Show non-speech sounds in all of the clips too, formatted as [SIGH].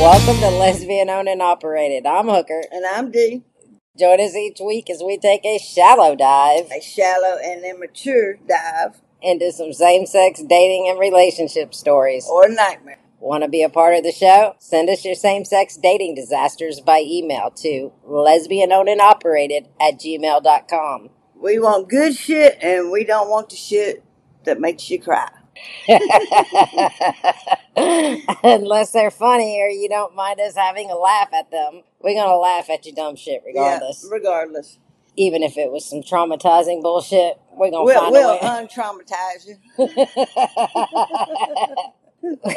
Welcome to Lesbian Owned and Operated. I'm Hooker. And I'm D, Join us each week as we take a shallow dive a shallow and immature dive into some same sex dating and relationship stories. or nightmare. Want to be a part of the show? Send us your same sex dating disasters by email to lesbian owned and operated at gmail.com. We want good shit and we don't want the shit that makes you cry. [LAUGHS] Unless they're funny or you don't mind us having a laugh at them, we're going to laugh at your dumb shit regardless. Yeah, regardless. Even if it was some traumatizing bullshit, we're going to We'll, find we'll a way. untraumatize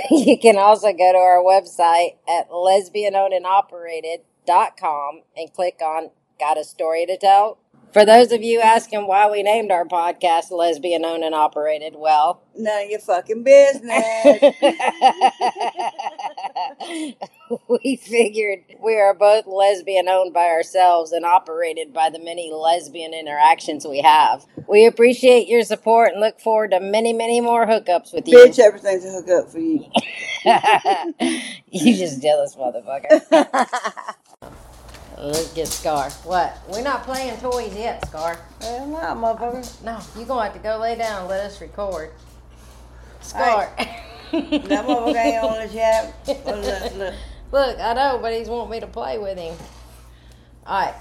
you. [LAUGHS] you can also go to our website at lesbianownedandoperated.com and click on Got a Story to Tell. For those of you asking why we named our podcast Lesbian Owned and Operated, well, None of your fucking business. [LAUGHS] [LAUGHS] we figured we are both lesbian owned by ourselves and operated by the many lesbian interactions we have. We appreciate your support and look forward to many, many more hookups with you. Bitch, everything's a hookup for you. [LAUGHS] you just jealous motherfucker. Look at Scar. What? We're not playing toys yet, Scar. Hell no, motherfucker. No, you gonna have to go lay down and let us record. Scar. That motherfucker ain't on his yap. Well, look, look. [LAUGHS] Look, I know, but he's want me to play with him. Alright.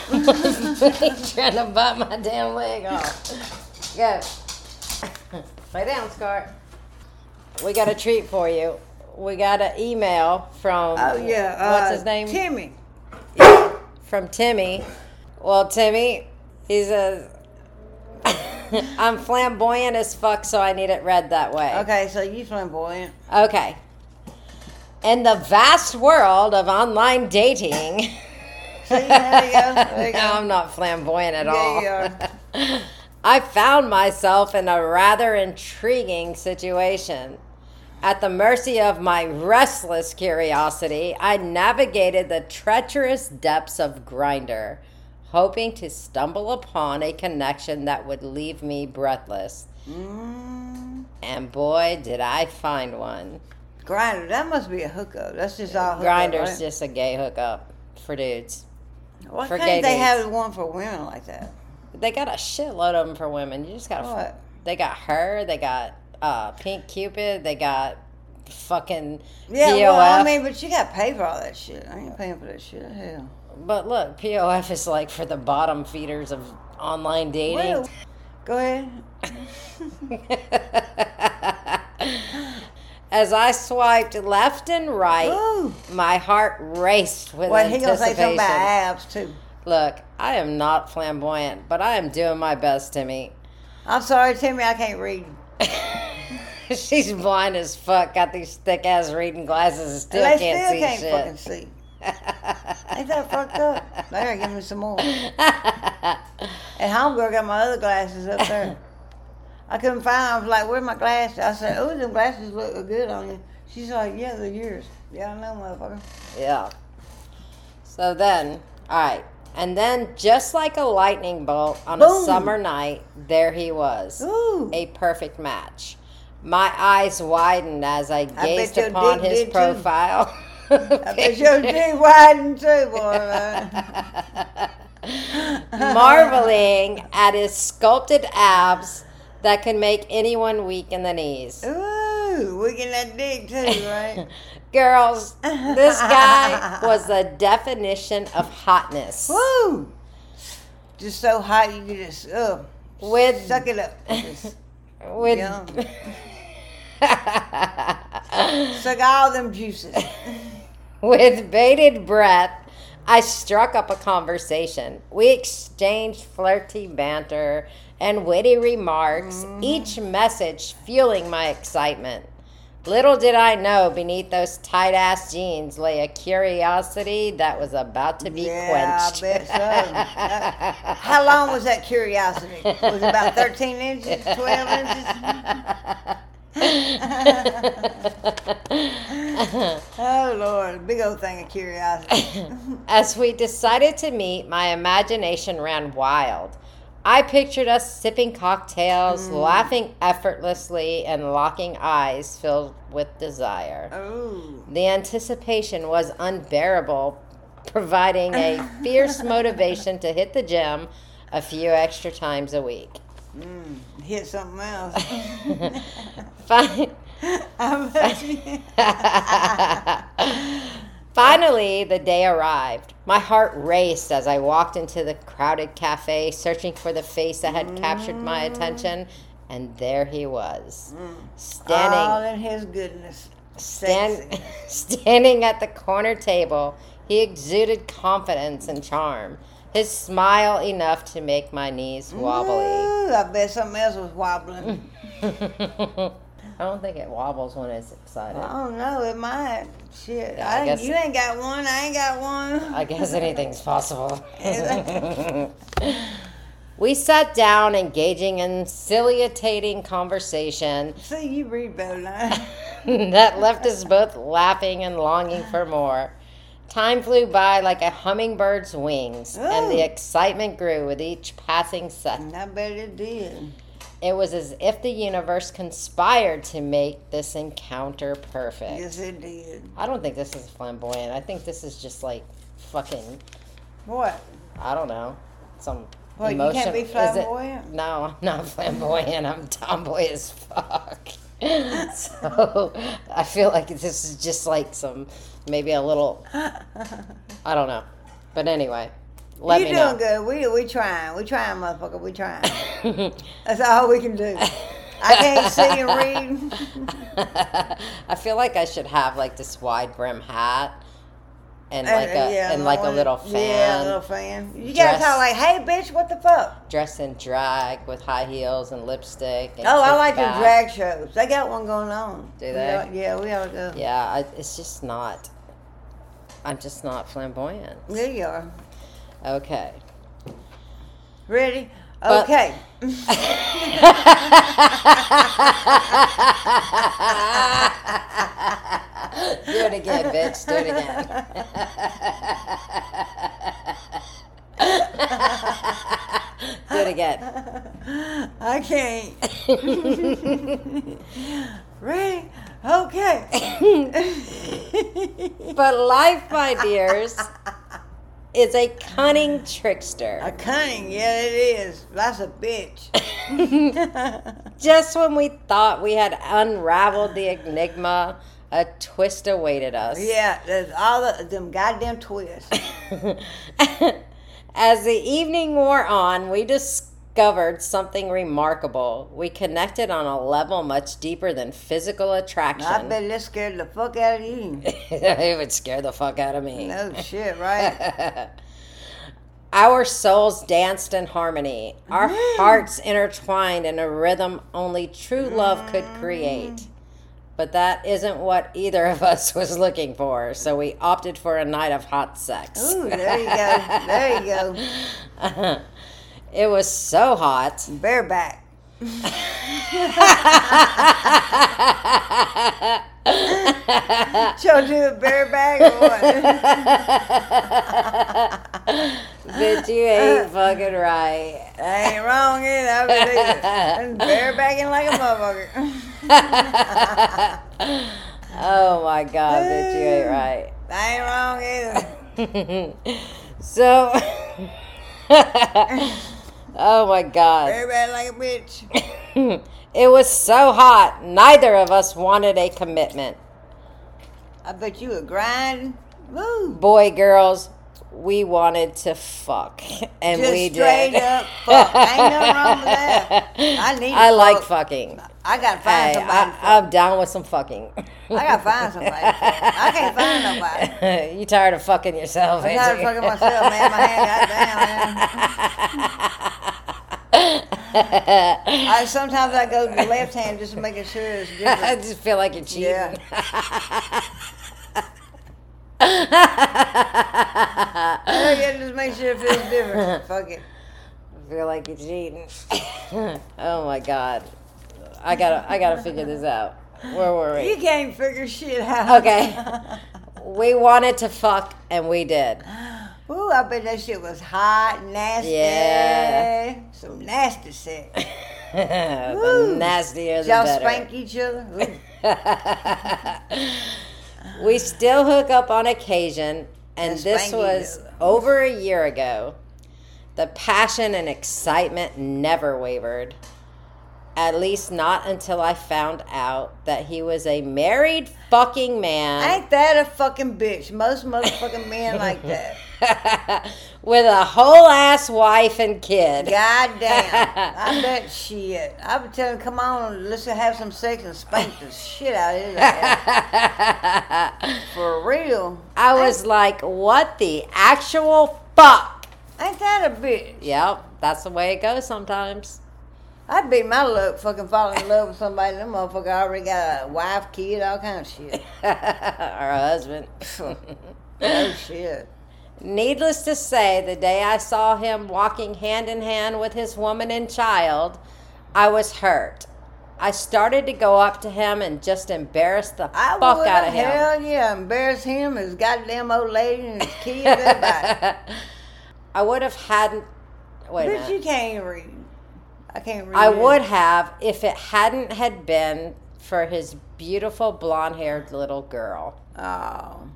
[LAUGHS] he's trying to bite my damn leg off. Go. [LAUGHS] Lay down, Scar. We got a treat for you. We got an email from Oh, yeah. [LAUGHS] what's uh, his name? Timmy. from Timmy. Well, Timmy, he says, [LAUGHS] I'm flamboyant as fuck, so I need it read that way. Okay, so you flamboyant. Okay. In the vast world of online dating. [LAUGHS] See, there you go. [LAUGHS] There you go. No, I'm not flamboyant at Yeah, all. you [LAUGHS] I found myself in a rather intriguing situation. At the mercy of my restless curiosity, I navigated the treacherous depths of Grinder, hoping to stumble upon a connection that would leave me breathless. Mm, And boy, did I find one. grinder, that must be a hookup. That's just all hookup. Grinder's right? just a gay hookup for dudes. Why for gay can't they dudes. have one for women like that? They got a shitload of them for women. You just gotta. What? They got her. They got uh, Pink Cupid. They got fucking Yeah, POF. well, I mean, but you got to pay for all that shit. I ain't paying for that shit. Hell. but look, POF is like for the bottom feeders of online dating. Well, Go ahead. [LAUGHS] As I swiped left and right, [GASPS] Ooh. my heart raced with Wait, he anticipation. gonna say something about abs too. Look, I am not flamboyant, but I am doing my best, Timmy. I'm sorry, Timmy, I can't read. [LAUGHS] She's blind as fuck. Got these thick ass reading glasses and still And they can't still see can't shit. fucking see. Ain't that [LAUGHS] fucked up? They gotta give me some more. And homegirl got my other glasses up there. I couldn't find. 'em. I was like, "Where my glasses?" I said, "Oh, them glasses look good on you." She's like, "Yeah, they're yours." Yeah, I know, motherfucker. Yeah. So then, all right. And then, just like a lightning bolt on a Boom. summer night, there he was. Ooh, A perfect match. My eyes widened as I bet gazed your upon dick his did too. profile. I bet [LAUGHS] your dick widened too, boy. man. [LAUGHS] marveling at his sculpted abs that can make anyone weak in the knees. Ooh, we can that dick too, right? Girls, this guy was the definition of hotness. Woo! Just so hot you could just uh, With suck it up. Just with yum. [LAUGHS] suck all them [LAUGHS] juices. with bated breath, I struck up a conversation. We exchanged flirty banter and witty remarks, each message fueling my excitement. Little did I know beneath those tight ass jeans lay a curiosity that was about to be Yeah, quenched. I bet so. That- How long was that curiosity? Was it about 13 inches, [LAUGHS] 12 inches? [LAUGHS] Oh Lord, big old thing of curiosity. As we decided to meet, my imagination ran wild. I pictured us sipping cocktails, laughing effortlessly, and locking eyes filled with desire. oh, The anticipation was unbearable, providing a fierce motivation to hit the gym a few extra times a week. [LAUGHS] hit something else. Fi- I bet you- [LAUGHS] Finally, the day arrived. My heart raced as I walked into the crowded cafe, searching for the face that had captured my attention, and there he was, All standing in His goodness. stand, [LAUGHS] standing at the corner table. He exuded confidence and charm. His smile enough to make my knees wobbly. Ooh, I bet something else was wobbling. [LAUGHS] I don't think it wobbles when it's excited. I don't know. It might. Shit. Yeah, I I ain't- guess- you ain't got one. I ain't got one. I guess anything's [LAUGHS] possible. we sat down, engaging in ciliating conversation [LAUGHS] See, you read better than I. that left us both laughing and longing for more. Time flew by like a hummingbird's wings, and Ooh. the excitement grew with each passing second. I bet it did. It was as if the universe conspired to make this encounter perfect. Yes, it did. I don't think this is flamboyant. I think this is just like fucking What? I don't know. Some Well, you emotion. can't be is it- flamboyant. [LAUGHS] no, I'm not flamboyant. I'm tomboy as fuck. [LAUGHS] so I feel like this is just like some maybe a little I don't know. But anyway, let you me doing good. We we trying. We trying, motherfucker. We trying. [LAUGHS] That's all we can do. I can't see and read. know. [LAUGHS] I feel like I should have like this wide brim hat and like Uh, a yeah, and like a one- little fan Yeah, a little fan. You gotta Dress. talk like, hey, bitch, what the fuck? dressed in drag with high heels and lipstick. And Oh, I kick like the back. drag shows. They got one going on. Do We they? ought- yeah, we all go. Yeah, I, it's just not. I'm just not flamboyant. There you are. Okay. Ready? But- Okay. [LAUGHS] Do it again, bitch. Do it again. Do it again. [LAUGHS] I can't. Ready? [LAUGHS] [LAUGHS] Okay. But life, my dears, is a cunning trickster. [LAUGHS] a cunning, yeah, it is. That's a bitch. [LAUGHS] Just when we thought we had unraveled the enigma, a twist awaited us. yeah, there's all of them goddamn twists. [LAUGHS] As the evening wore on, we discovered something remarkable. We connected on a level much deeper than physical I attraction. bet that scared the fuck out of you. [LAUGHS] it would scare the fuck out of me. No shit, [LAUGHS] right? Our souls danced in harmony. Our hearts intertwined in a rhythm only true love could create. But that isn't what either of us [LAUGHS] was looking for, so we opted for a night of hot sex. Ooh, there you go. There you go. [LAUGHS] it was so hot. [LAUGHS] Bareback. She'll do a bareback or what? [LAUGHS] Bitch, you ain't fucking right. I ain't wrong either. I believe [LAUGHS] it. I'm barebacking like a motherfucker. [LAUGHS] Oh my god, bitch, you ain't right. I ain't wrong either. Eh. [LAUGHS] So, oh my God. [LAUGHS] Everybody like a bitch. It was so hot, neither of us wanted a commitment. I bet you were grinding. Woo. Boy, girls, we wanted to fuck. And Just we straight did. [LAUGHS] up fuck. Ain't nothing wrong with that. I need to I like fuck. fucking. I gotta find Hey, somebody. to I, I'm down with some fucking. fuck. I gotta find somebody. to fuck. I can't find [LAUGHS] nobody. you tired of fucking yourself, I'm ain't tired of you? fucking myself, man. My hand got down, [LAUGHS] man. [LAUGHS] I, sometimes I go to the left hand just making sure it's I [LAUGHS] different. just feel like you're cheating. Yeah. I gotta just make sure it feels different. Fuck it. [LAUGHS] feel like [LAUGHS] you're cheating. oh my god, I gotta I gotta figure this out. Where were You we? can't figure shit out. Okay. We wanted to fuck, and we did. [LAUGHS] [LAUGHS] Ooh, I bet that shit was hot, nasty. Yeah. Some nasty sex. the Woo. nastier the Y'all better. spank [LAUGHS] each other. Ooh. we still hook up on occasion, and That's this spanky, was though. over a year ago. The passion and excitement never wavered. At least not until I found out that he was a married fucking man Ain't that a fucking bitch? Most motherfucking men like that. [LAUGHS] with a whole ass wife and kid. God damn. I bet shit. I would tell him, come on, let's have some sex and spank the shit out of [LAUGHS] his ass. For real. I was like, what the actual fuck? Ain't that a bitch? Yep, that's the way it goes sometimes. I'd be my luck fucking falling in love with somebody. That motherfucker already got a wife, kid, all kind of shit. [LAUGHS] Our husband. [LAUGHS] Oh shit. Needless to say, the day I saw him walking hand in hand with his woman and child, I was hurt. I started to go up to him and just embarrass the I fuck would out of him. hell yeah, embarrass him, his goddamn old lady and his kids, [LAUGHS] everybody. I would have hadn't. Wait a Bitch, minute. you can't read. I can't read. I it. would have if it hadn't had been for his beautiful blonde-haired little girl. Oh.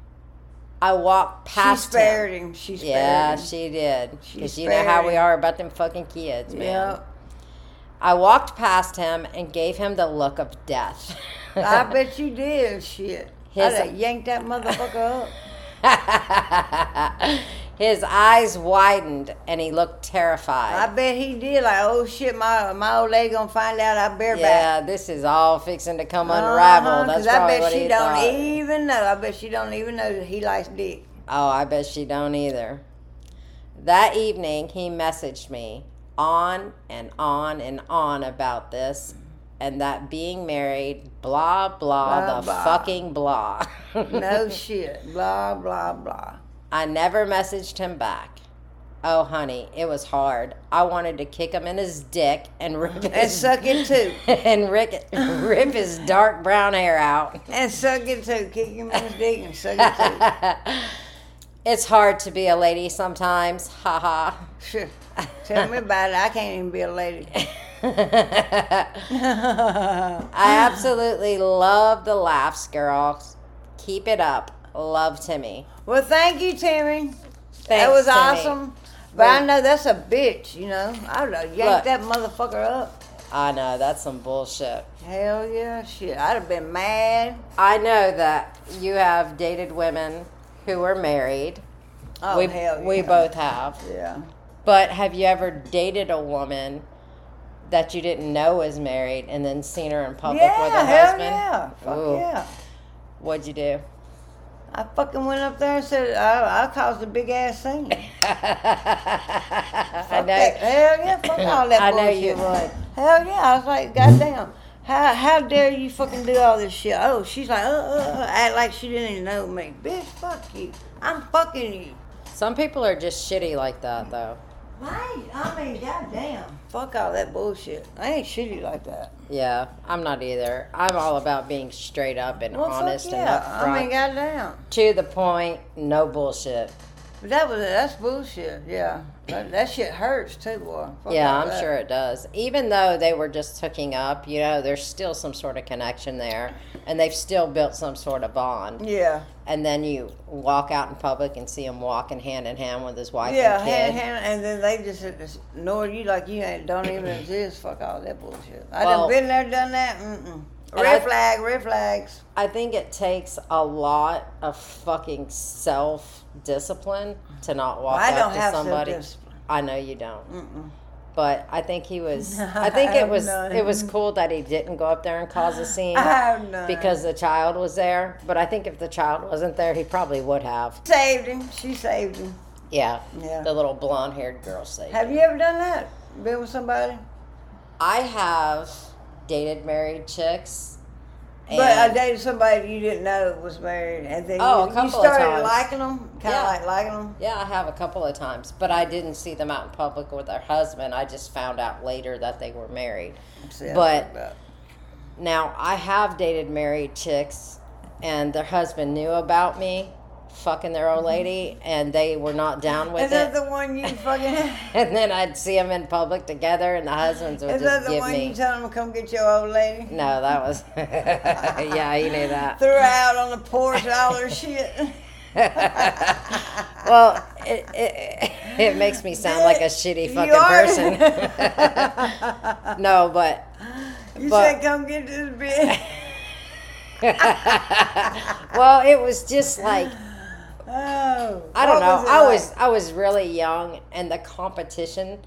I walked She past him. spared him. She spared Yeah, him. she did. She Because you know how we spared. are about them fucking kids, man. Yep. I walked past him and gave him the look of death. [LAUGHS] I bet you did shit. His- I'd have yanked that motherfucker [LAUGHS] up. His eyes widened and he looked I terrified. bet he did. Like, oh shit, my my old lady gonna find out I bareback. yeah, this is all fixing to come unraveled. Because That's I probably bet what she he don't thought. even know. I bet she don't even know that he likes dick. Oh, I bet she don't either. That evening, he messaged me on and on and on about this and that being married, blah, blah, Blah, the blah. fucking [LAUGHS] blah. [LAUGHS] No shit. Blah blah blah. I never messaged him back. Oh, honey, it was hard. I wanted to kick him in his dick and rip And his, suck it too. [LAUGHS] and rick, rip his dark brown hair out. [LAUGHS] And suck it too. Kick him in his dick and suck it It's hard to be a lady sometimes. Ha ha. too. Sure. Tell me about it. I can't even be a lady. [LAUGHS] I Ah. absolutely love the laughs, girls. Keep it up. Love Timmy. Well, thank you, Timmy. Thanks, that was Timmy. awesome. But I know that's a bitch, you know. I would have Look. yanked that motherfucker up. I know, that's some bullshit. Hell yeah, shit. I'd have been mad. I know that you have dated women who were married. Oh, we, hell yeah. we both have. Yeah. But have you ever dated a woman that you didn't know was married and then seen her in public yeah, with her hell husband? yeah. Fuck Ooh. yeah. What'd you do? I fucking went up there and said, I, I caused a big ass scene. [LAUGHS] I Fuck that. know. Hell yeah, [LAUGHS] fuck all that I know bullshit. you would. Hell yeah. I was like, goddamn. How, how dare you fucking do all this shit? Oh, she's like, uh, uh, uh, act like she didn't even know me. Bitch, fuck you. I'm fucking you. Some people are just shitty like that, though. Right? I mean, goddamn. Fuck all that bullshit. I ain't shitty like that. Yeah, I'm not either. I'm all about being straight up and Well, honest fuck and yeah. upfront, I mean, goddamn. to the point, no bullshit. But that was that's bullshit. Yeah, that, that shit hurts too, boy. Fuck yeah, all I'm that. sure it does. Even though they were just hooking up, you know, there's still some sort of connection there, and they've still built some sort of bond. Yeah, And then you walk out in public and see him walking hand in hand with his wife yeah, and kid. hand, hand, and then they just ignore you like you ain't don't [CLEARS THROAT] even exist. Fuck all that bullshit. I Well- done been there, done that. Mm-mm. And Red I- flag, red flags. I think it takes a lot of fucking self discipline to not walk I up don't to have somebody. self-discipline. I know you don't. But I think he was. I think [LAUGHS] I it have was. It was none. cool that he didn't go up there and cause a [GASPS] scene I have none. because the child was there. But I think if the child wasn't there, he probably would have. saved him. She saved him. Yeah. Yeah. The little blonde-haired girl saved. Have you ever done that? Been with somebody? I have dated married chicks. And But I dated somebody you didn't know was married, and then Oh, a you, you couple of started times. liking them, kind of Yeah. like liking them. Yeah, I have a couple of times, but I didn't see them out in public with their husband. I just found out later that they were married. But- Now, I have dated married chicks, and their husband knew about me fucking their Mm-hmm. old lady, and they were not down with Is that it. [LAUGHS] the one you fucking? and then I'd see them in public together, and the husbands would [LAUGHS] Is that just the give one me. you tell them come get your old lady? no, that was. [LAUGHS] yeah, he knew [LAUGHS] that. Threw her out on the porch, all [LAUGHS] her shit. well, it, it, it makes me [LAUGHS] sound like a shitty You fucking are- person. [LAUGHS] no, but [LAUGHS] you But- said come get this [LAUGHS] bitch. well, it was just like Oh, I don't what know. it I like? was I was really young, and the competition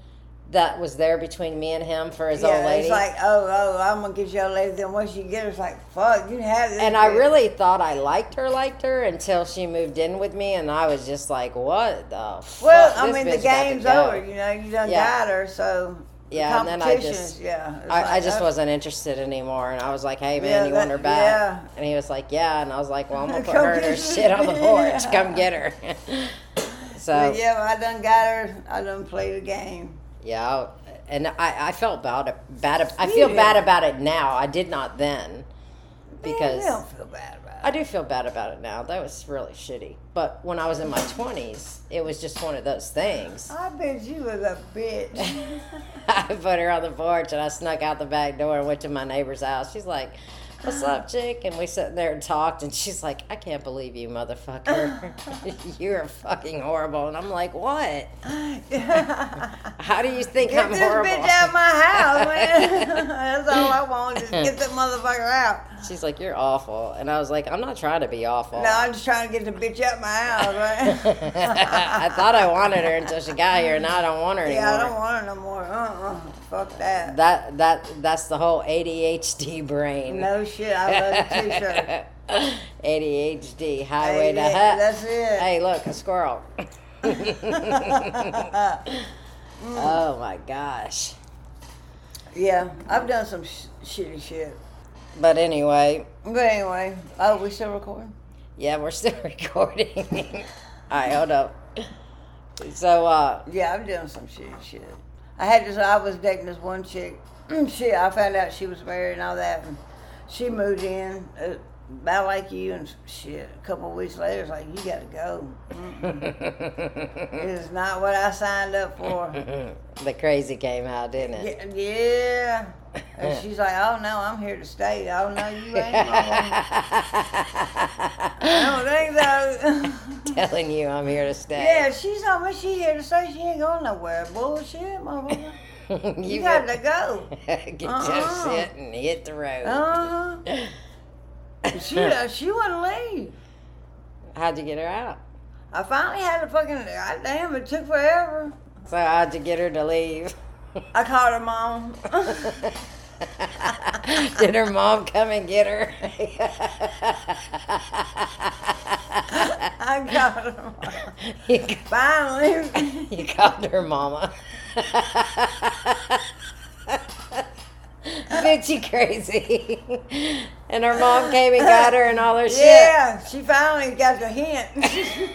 that was there between me and him for his Yeah, old lady. it's like, oh, oh, I'm gonna get your old lady. Then once you get her, it's like, fuck, you have this. and I bitch. really thought I liked her, liked her until she moved in with me, and I was just like, "What the fuck?" Well, I This mean, bitch the got to game's go." over. You know, you done Yeah. got her, so the Yeah, and then I competition's- just- yeah. it's I, I like, just oh, wasn't interested anymore, and I was like, "Hey man, Yeah, you want that- her back?" yeah. And he was like, "Yeah," and I was like, "Well, [LAUGHS] I'm gonna put Come her and her get her. shit on the porch. Yeah. Come get her." [LAUGHS] so uh, but Yeah, I done got her. I done played the game. yeah, I'll- and I, I felt bad bad. ab- I You feel bad did. about it now. I did not then, Man, because you don't feel bad about I it. do feel bad about it now. That was really shitty. But when I was in my twenties, it was just one of those things. [LAUGHS] I bet you was a bitch. [LAUGHS] I put her on the porch and I snuck out the back door and went to my neighbor's house. She's like, What's up, [SIGHS] chick? And we sat there and talked, and she's like, I can't believe you, motherfucker. [LAUGHS] [LAUGHS] You're fucking horrible. And I'm like, What? How do you think Get I'm this horrible? bitch out of my [LAUGHS] house, man. [LAUGHS] That's all I want. Just get that motherfucker out. She's like, You're awful. And I was like, I'm not trying to be awful. No, I'm just trying to get the bitch out my house, right? [LAUGHS] [LAUGHS] I thought I wanted her until she got here, and now I don't want her anymore. [LAUGHS] yeah, I don't want her no more. Uh-uh. Fuck that. That that that's the whole ADHD brain. No shit, I love the [LAUGHS] t-shirt. ADHD highway to Hey, hell. That's it. Hey, look, a [LAUGHS] squirrel. [LAUGHS] oh my gosh. Yeah, I've done some sh- shitty shit. But anyway, But anyway, oh, we still recording? yeah, we're still [LAUGHS] recording. All right, hold up. So, uh, [LAUGHS] Yeah, I've done some shitty shit. I had this. I was dating this one chick. [CLEARS THROAT] shit, I found out she was married and all that. And she moved in, uh, about like you, and shit. A couple of weeks later, it's like you gotta go. It is not what I signed up [LAUGHS] for. the crazy came out, didn't it? Yeah, yeah. And she's like, oh no, I'm here to stay. Oh [LAUGHS] no, you ain't. [LAUGHS] I don't think so. [LAUGHS] Telling you I'm here to stay. [LAUGHS] Yeah, she's not when she here to say she ain't going nowhere. Bullshit, motherfucker. [LAUGHS] you, You better- gotta [LAUGHS] go. Get Uh-uh. your shit and hit the road. Uh huh. She uh, she wouldn't leave. [LAUGHS] How'd you get her out? I finally had to fucking. God damn, it took forever. So how'd you get her to leave? [LAUGHS] I called her mom. [LAUGHS] Did her mom come and get her? [LAUGHS] [LAUGHS] I called her mom. you, Finally. [LAUGHS] you called her mama. [LAUGHS] Bitch, you crazy. and her mom came and got her and all her [LAUGHS] Yeah, she finally got the hint. shit.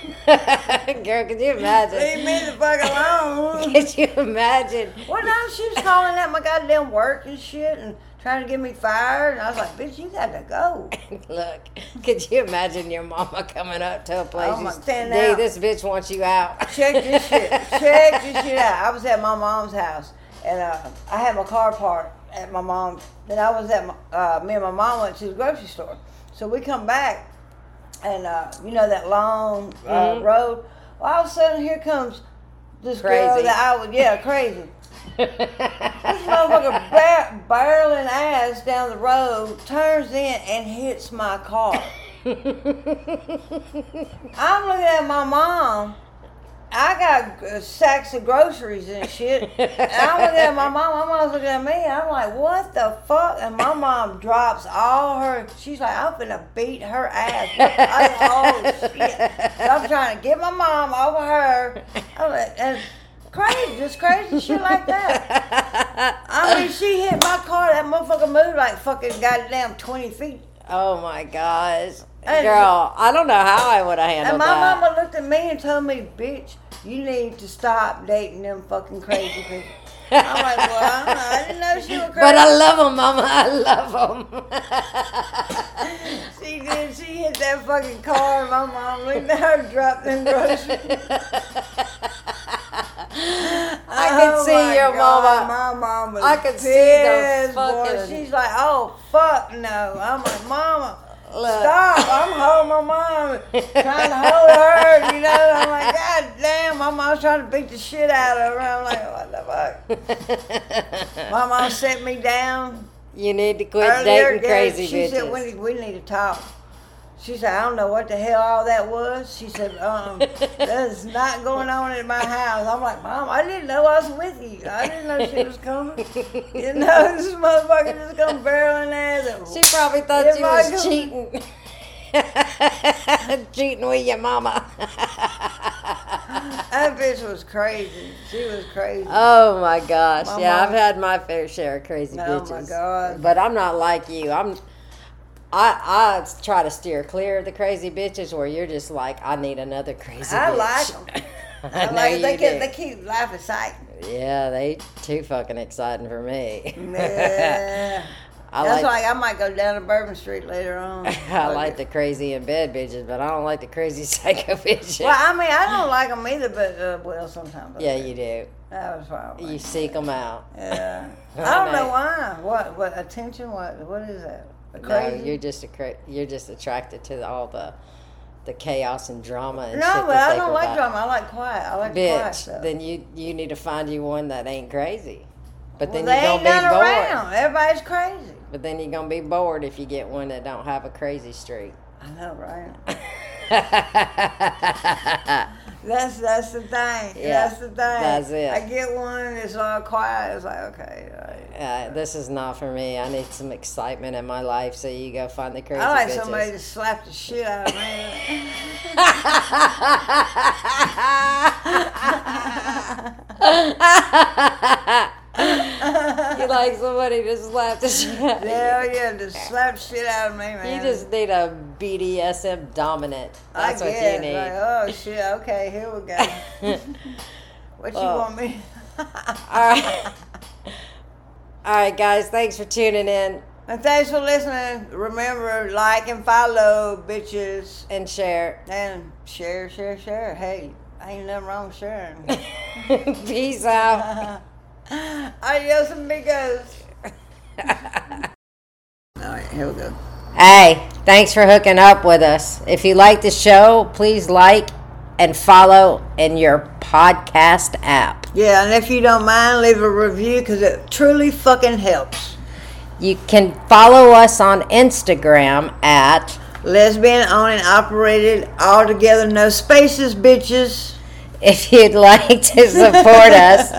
[LAUGHS] Girl, could you Leave imagine? me the fuck alone. [LAUGHS] Could you imagine? Well, no, she was calling at my goddamn work and shit and trying to get me fired. And I was like, bitch, you gotta go. Look, could you imagine your mama coming up to a place? Oh, my- you- stand Dude, out. this bitch wants you out. Check this shit. Check this shit out. I was at my mom's house and uh, I had my car parked at my mom's. Then I was at my, uh, me and my mom went to the grocery store. So we come back and uh, you know that long uh, road. Well, all of a sudden here comes this girl Crazy. that I was yeah crazy. This [LAUGHS] motherfucker bar- barreling ass down the road, turns in and hits my car. I'm looking at my mom. I got uh, sacks of groceries and shit. And I'm looking at my mom. My mom's looking at me. and I'm like, what the fuck? And my mom drops all her. She's like, I'm gonna beat her ass. I, oh shit! So I'm trying to get my mom over her. I'm like, and crazy, just crazy shit like that. [LAUGHS] I mean, she hit my car. That motherfucker moved like fucking goddamn twenty feet. oh my gosh. And- Girl, I don't know how I would have And handled my that. [LAUGHS] mama looked at me and told me, "Bitch, you need to stop dating them fucking crazy people." I'm like, well, I, don't know. I didn't know she was crazy. But I love them, Mama. I love them. She did. She hit that fucking car. and My mom leaned out, dropped them groceries. [LAUGHS] I can Oh see my your God, mama. My mom was I could see the pissed, boy. fucking- She's like, oh fuck no. I'm like, mama. Look. [LAUGHS] Stop! I'm holding my mom, trying to hold her. You know, I'm like, God damn! My mom's trying to beat the shit out of her. I'm like, what the fuck? My mom set me down. [LAUGHS] you need to quit Earlier, dating Gary, crazy she bitches. said, we need, we need to talk. She said, I don't know what the hell all that was. She said, [LAUGHS] um, that is not going on at my house. I'm like, Mom, I didn't know I was with you. I didn't know she was coming. [LAUGHS] You know, this motherfucker just come barreling at She it. probably thought If you I was go- cheating. [LAUGHS] cheating with your mama. [LAUGHS] That bitch was crazy. She was crazy. oh my gosh. My yeah, mom- I've had my fair share of crazy Oh my bitches. God. But I'm not like you. I'm I, I try to steer clear of the crazy bitches where you're just like, I need another crazy I like bitch. 'em. [LAUGHS] I I'm know like, you they, do. keep, they keep [LAUGHS] life exciting. Yeah, they too fucking exciting for me. Yeah. [LAUGHS] I That's like why I might go down to Bourbon Street later on. [LAUGHS] I like the crazy in bed bitches, but I don't like the crazy [LAUGHS] psycho bitches. Well, I mean, I don't like them either, but uh, well, sometimes. I yeah, do. you do. That was probably. You seek them out. [LAUGHS] Yeah. I I don't know know. why. What? What attention? What? What is that? No, Crazy? you're just a cra- you're just attracted to all the the chaos and drama and no, shit but that I they don't like provide. drama. I like quiet. I like quiet Bitch, stuff. then you you need to find you one that ain't crazy. But well, then they you're ain't gonna be none bored. around. Everybody's crazy. But then you're gonna be bored if you get one that don't have a crazy streak. [LAUGHS] I know, right? yeah, That's that's the thing. Yeah, that's the thing. that's it. I get one. It's all quiet. It's like okay. all right. Uh, this is not for me. I need some excitement in my life, so you go find the crazy. I like bitches. somebody to slap the shit out of me. [LAUGHS] you like somebody to slap the shit out of you. [LAUGHS] Hell yeah, to slap shit out of me, man. You just need a BDSM dominant. That's I what guess. you need. Like, oh shit. Okay, here we [LAUGHS] go. what Well, you want me? [LAUGHS] Oh. [LAUGHS] All right. All right, guys. Thanks for tuning in [LAUGHS] And thanks for listening. Remember, like and follow, bitches. and share. [LAUGHS] And share, share, share. Hey, ain't nothing wrong with [LAUGHS] sharing. Peace out. [LAUGHS] Adios, amigos. All right, here we go. Hey, thanks for hooking up with us. If you like the show, please like and follow in your podcast app. Yeah, and if you don't mind, leave a review because it truly fucking helps. You can follow us on Instagram at Lesbian owned and operated, all together, no spaces, bitches. if you'd [LAUGHS] like to support us,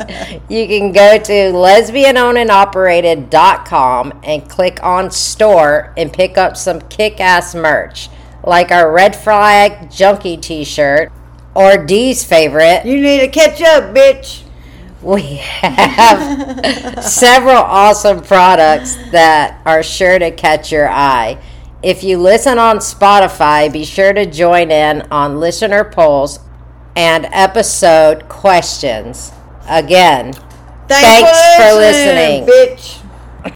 you can go to lesbianownandoperated.com and click on store and pick up some kick ass merch, like our red flag junkie t shirt or Dee's favorite. You need to catch up, bitch. We have several awesome products that are sure to catch your eye. If you listen on Spotify, be sure to join in on listener polls and episode questions. Again, Thanks for listening. bitch.